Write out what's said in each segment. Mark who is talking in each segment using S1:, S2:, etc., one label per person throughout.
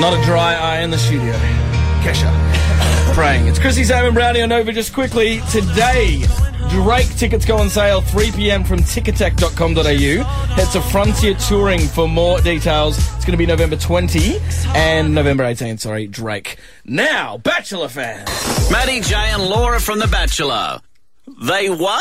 S1: Not a dry eye in the studio. Kesha. Praying. It's Chrissy Sam and Brownie on Nova just quickly. Today, Drake tickets go on sale 3 p.m. from tickattack.com.au. Head to Frontier Touring for more details. It's going to be November 20 and November 18, sorry, Drake. Now, Bachelor fans.
S2: Maddie J and Laura from The Bachelor. They won?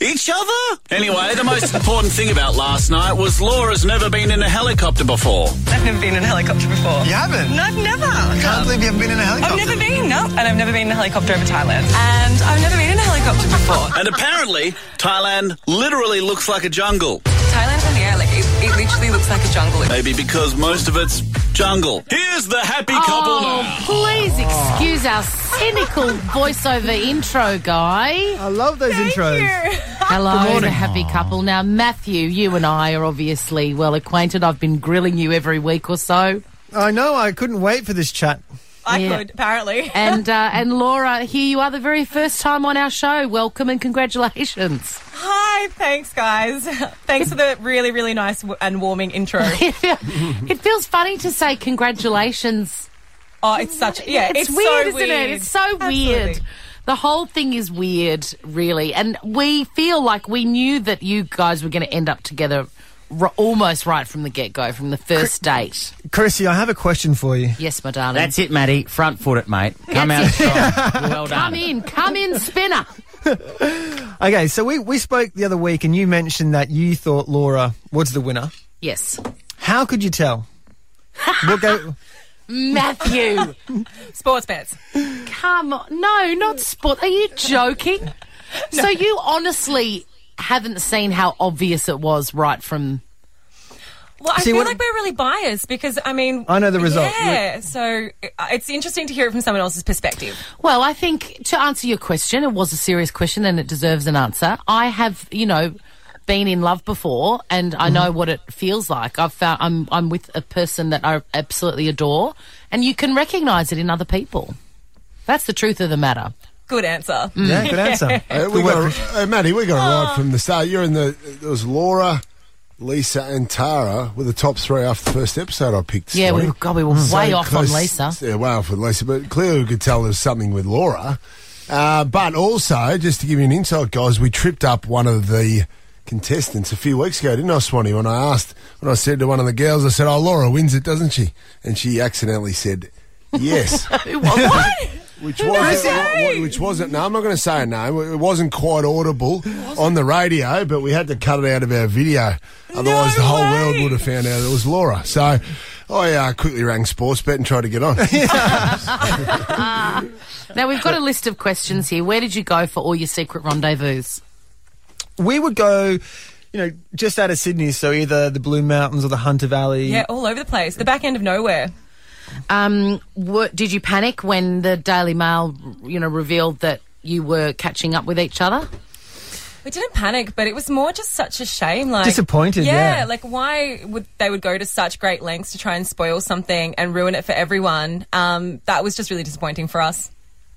S2: Each other? Anyway, the most important thing about last night was Laura's never been in a helicopter before.
S3: I've never been in a helicopter before.
S4: You haven't?
S3: No, I've never. I
S4: can't believe you haven't been in a helicopter.
S5: Oh.
S3: I've never been, no. And I've never been in a helicopter over Thailand. And I've never been in a helicopter before.
S2: And apparently, Thailand literally looks like a jungle.
S3: Thailand from the air, like, it, it literally looks like a jungle.
S2: Maybe because most of it's jungle. Here's the happy
S5: Oh.
S2: couple now.
S5: please excuse our cynical voiceover intro guy.
S4: I love those intros.
S5: Hello, the happy couple. Now, Matthew, you and I are obviously well acquainted. I've been grilling you every week or so.
S4: I know, I couldn't wait for this chat.
S6: I
S5: Yeah.
S6: could, apparently.
S5: And uh, and Laura, here you are, the very first time on our show. Welcome and congratulations.
S6: Hi, thanks, guys. Thanks for the really, really nice w- and warming intro.
S5: It, feel- it feels funny to say congratulations.
S6: Oh, it's such, yeah,
S5: it's,
S6: so
S5: weird, isn't it? It's so weird.
S6: Absolutely.
S5: The whole thing is weird, really. And we feel like we knew that you guys were going to end up together r- almost right from the get go, from the first date.
S4: Chrissy, I have a question for you.
S5: Yes, my darling.
S7: That's it, Maddie. Front foot it, mate. Come out
S5: That's
S7: strong. Well
S5: Come
S7: done.
S5: in, come in, spinner.
S4: Okay, so we, we spoke the other week and you mentioned that you thought Laura was the winner.
S5: Yes.
S4: How could you tell? What go-
S5: Matthew,
S6: Sports bets.
S5: come on. No, not sport. Are you joking? So you honestly haven't seen how obvious it was right from.
S6: Well, I
S4: See,
S6: feel
S4: what-
S6: like we're really biased because, I mean,
S4: I know the result.
S6: Yeah, so uh, it's interesting to hear it from someone else's perspective.
S5: Well, I think to answer your question, it was a serious question and it deserves an answer. I have, you know, been in love before and I know what it feels like. I've found I'm I'm with a person that I absolutely adore and you can recognize it in other people. That's the truth of the matter.
S6: Good answer.
S4: yeah, good answer.
S8: Uh, we
S4: Good
S8: got
S4: work,
S8: a, uh, Maddie, we got a
S5: Ah.
S8: ride from the start. You're in the there was Laura, Lisa, and Tara were the top three after the first episode I picked.
S5: Yeah, we
S8: Scotty.
S5: God, we were way off
S8: close-
S5: on Lisa.
S8: Yeah, way off with Lisa, but clearly we could tell there's something with Laura. Uh, but also, just to give you an insight, guys, we tripped up one of the contestants a few weeks ago, didn't I, Swanee? When I asked, when I said to one of the girls, I said, "Oh, Laura wins it, doesn't she?" And she accidentally said, "Yes." Which wasn't, wh- wh- which wasn't, no, I'm not going to say a name. It wasn't quite audible on the radio, but we had to cut it out of our video. Otherwise, the whole world would have found out it was Laura. So I uh, quickly rang Sportsbet and tried to get on.
S5: Now we've got a list of questions here. Where did you go for all your secret rendezvous?
S4: we would go, you know, just out of Sydney, so either the Blue Mountains or the Hunter Valley.
S6: Yeah, all over the place. The back end of nowhere.
S5: Um, what, did you panic when the Daily Mail, you know, revealed that you were catching up with each other?
S6: We didn't panic, but it was more just such a shame. Like
S4: Disappointed, yeah.
S6: like why would they would go to such great lengths to try and spoil something and ruin it for everyone? Um, that was just really disappointing for us.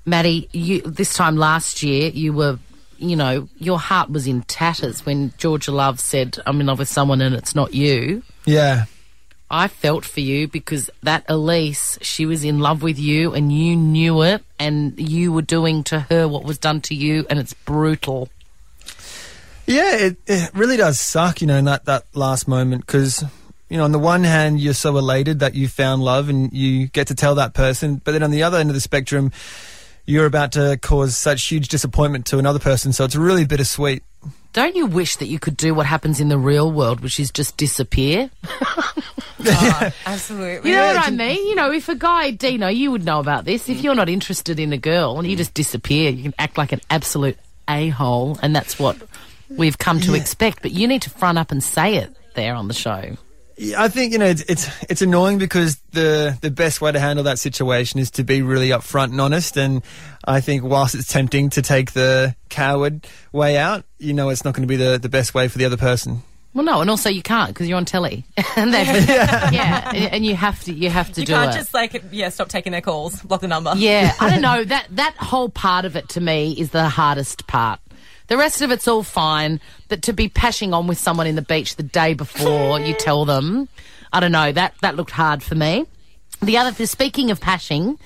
S5: Maddie, you, this time last year, you were, you know, your heart was in tatters when Georgia Love said, I'm in love with someone and it's not you.
S4: Yeah.
S5: I felt for you because that Elise, she was in love with you and you knew it and you were doing to her what was done to you and it's brutal.
S4: Yeah, it, it really does suck, you know, in that, that last moment because, you know, on the one hand, you're so elated that you found love and you get to tell that person. But then on the other end of the spectrum, you're about to cause such huge disappointment to another person. So it's really bittersweet.
S5: Don't you wish that you could do what happens in the real world, which is just disappear?
S6: Absolutely.
S5: You know what I mean? You know, if a guy, Dino, you would know about this.
S6: Mm.
S5: If you're not interested in a girl and you just disappear, you can act like an absolute a hole, and that's what we've come to expect. But you need to front up and say it there on the show.
S4: Yeah, I think, you know, it's, it's, it's annoying because the, the best way to handle that situation is to be really upfront and honest. And I think whilst it's tempting to take the coward way out, you know, it's not going to be the, the best way for the other person.
S5: Well, no, and also you can't because you're on telly, and they've- yeah. and, and you have to you have to
S6: You
S5: do
S6: can't
S5: it.
S6: just like yeah, stop taking their calls, block the number.
S5: Yeah, I don't know. That that whole part of it to me is the hardest part. The rest of it's all fine, but to be pashing on with someone in the beach the day before you tell them, I don't know. That that looked hard for me. The other, th- speaking of pashing,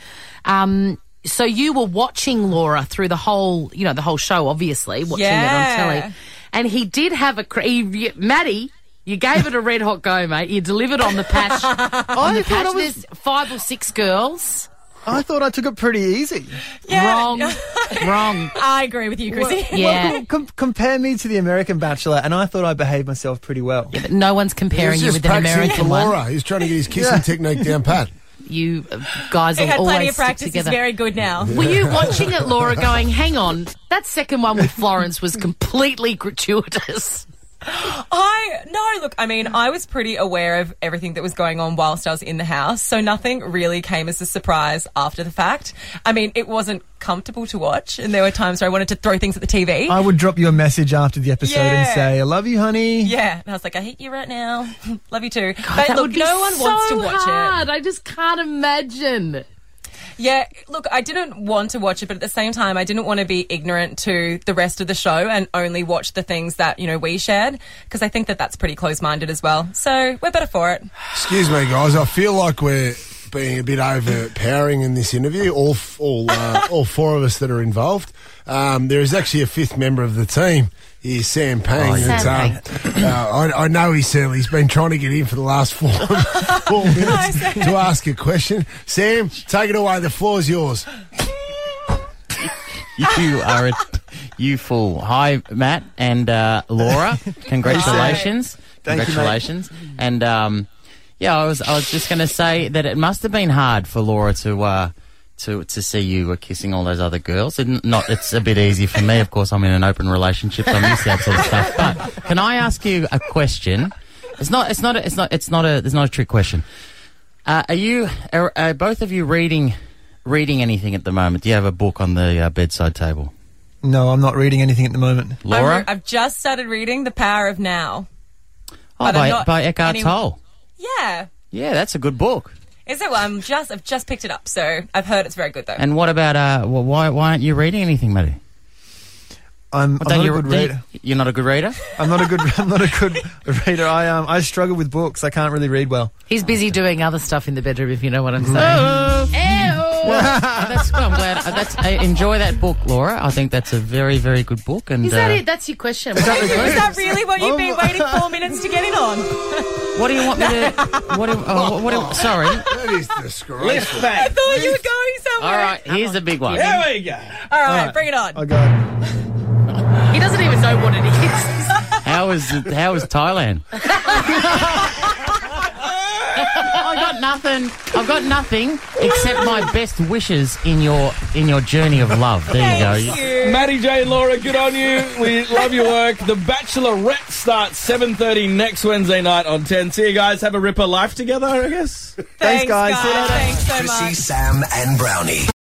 S5: um, so you were watching Laura through the whole, you know, the whole show, obviously watching it on
S6: Yeah.
S5: telly, and he did have a cra- he, y- Maddie. You gave it a red hot go, mate. You delivered on the pash. on the pash, there's five or six girls.
S4: I thought I took it pretty easy.
S5: Wrong, wrong.
S6: I agree with you, Chrissy.
S5: Yeah,
S4: Com- compare me to the American Bachelor, and I thought I behaved myself pretty well.
S5: but no one's comparing
S8: He's
S5: you
S8: just
S5: with an
S8: practicing
S5: American
S8: for
S5: one.
S8: Laura. He's trying to get his kissing technique down pat.
S5: You uh, guys
S6: He
S5: will
S6: had plenty
S5: always
S6: of
S5: stick
S6: practice. He's
S5: together.
S6: very good now.
S5: Were you watching it, Laura, going, hang on, that second one with Florence was completely gratuitous?
S6: I no, look, I mean, I was pretty aware of everything that was going on whilst I was in the house, so nothing really came as a surprise after the fact. I mean, it wasn't comfortable to watch, and there were times where I wanted to throw things at the TV.
S5: Oh.
S4: I would drop you a message after the episode and
S6: Yeah.
S4: say, I love you, honey.
S6: yeah, and I was like, I hate you right now. Love you too.
S5: that
S6: but look,
S5: would be
S6: no one
S5: so
S6: wants to watch it.
S5: hard. I just can't imagine.
S6: Yeah, look, I didn't want to watch it, but at the same time, I didn't want to be ignorant to the rest of the show and only watch the things that you know we shared because I think that that's pretty close-minded as well. So we're better for it.
S8: Excuse me, guys. I feel like we're being a bit overpowering in this interview. All f- all uh, all four of us that are involved. Um, there is actually a fifth member of the team. He's Sam Payne.
S5: yeah. Sam
S8: um, uh, I, I know he's Sam. He's been trying to get in for the last four, four minutes to ask a question. Sam, take it away. The floor's yours.
S7: You are a you fool. Hi, Matt and uh, Laura. Congratulations.
S4: Thank you, mate.
S7: Congratulations. and um, yeah, I was I was just going to say that it must have been hard for Laura to uh, to to see you were kissing all those other girls. And not it's a bit easy for me, of course. I'm in an open relationship. so I'm used to that sort of stuff. But can I ask you a question? It's not. It's not. A, it's not. It's not a. It's not a trick question. Uh, are you are, are both of you reading reading anything at the moment? Do you have a book on the uh, bedside table,
S4: No, I'm not reading anything at the moment.
S6: I'm
S7: Laura?
S6: re- I've just started reading The Power of Now.
S7: oh,
S6: but I'm
S7: by,
S6: not
S7: by Eckhart
S6: any-
S7: Tolle.
S6: Yeah.
S7: Yeah, that's a good book.
S6: Is it? Well, I'm just I've just picked it up, so I've heard it's very good though.
S7: And what about uh? wh why why aren't you reading anything, Matty?
S4: I'm,
S7: What,
S4: I'm
S7: don't
S4: not a
S7: you
S4: good
S7: re- do you-
S4: reader.
S7: You're not a good reader.
S4: I'm not a good. I'm not a good reader. I um, I struggle with books. I can't really read well.
S5: He's busy doing other stuff in the bedroom, if you know what I'm saying.
S8: Mm.
S5: Ew.
S7: Uh, that's well, I'm glad. Uh, that's uh, enjoy that book, Laura. I think that's a very very good book. And
S5: Is that
S7: uh,
S5: it? That's your question.
S6: Is that really what you've been waiting four minutes to get in on?
S7: what do you want me to? What do? Oh, what do sorry.
S8: That is disgraceful.
S1: Left back.
S6: Thought you were going
S7: All
S6: somewhere.
S7: right. Here's the big one.
S1: There we go.
S6: All right, bring it on.
S4: Oh god.
S5: He doesn't even know what it is.
S7: How is how is Thailand? I got nothing. I've got nothing except my best wishes in your in your journey of love. There you go.
S1: Maddie J and Laura, good on you. We love your work. The Bachelorette starts 7.30 next Wednesday night on 10. See you guys. Have a ripper life together, I guess.
S6: Thanks,
S4: guys. See you later.
S6: Thanks so much.
S9: Chrissy, Sam, and Brownie.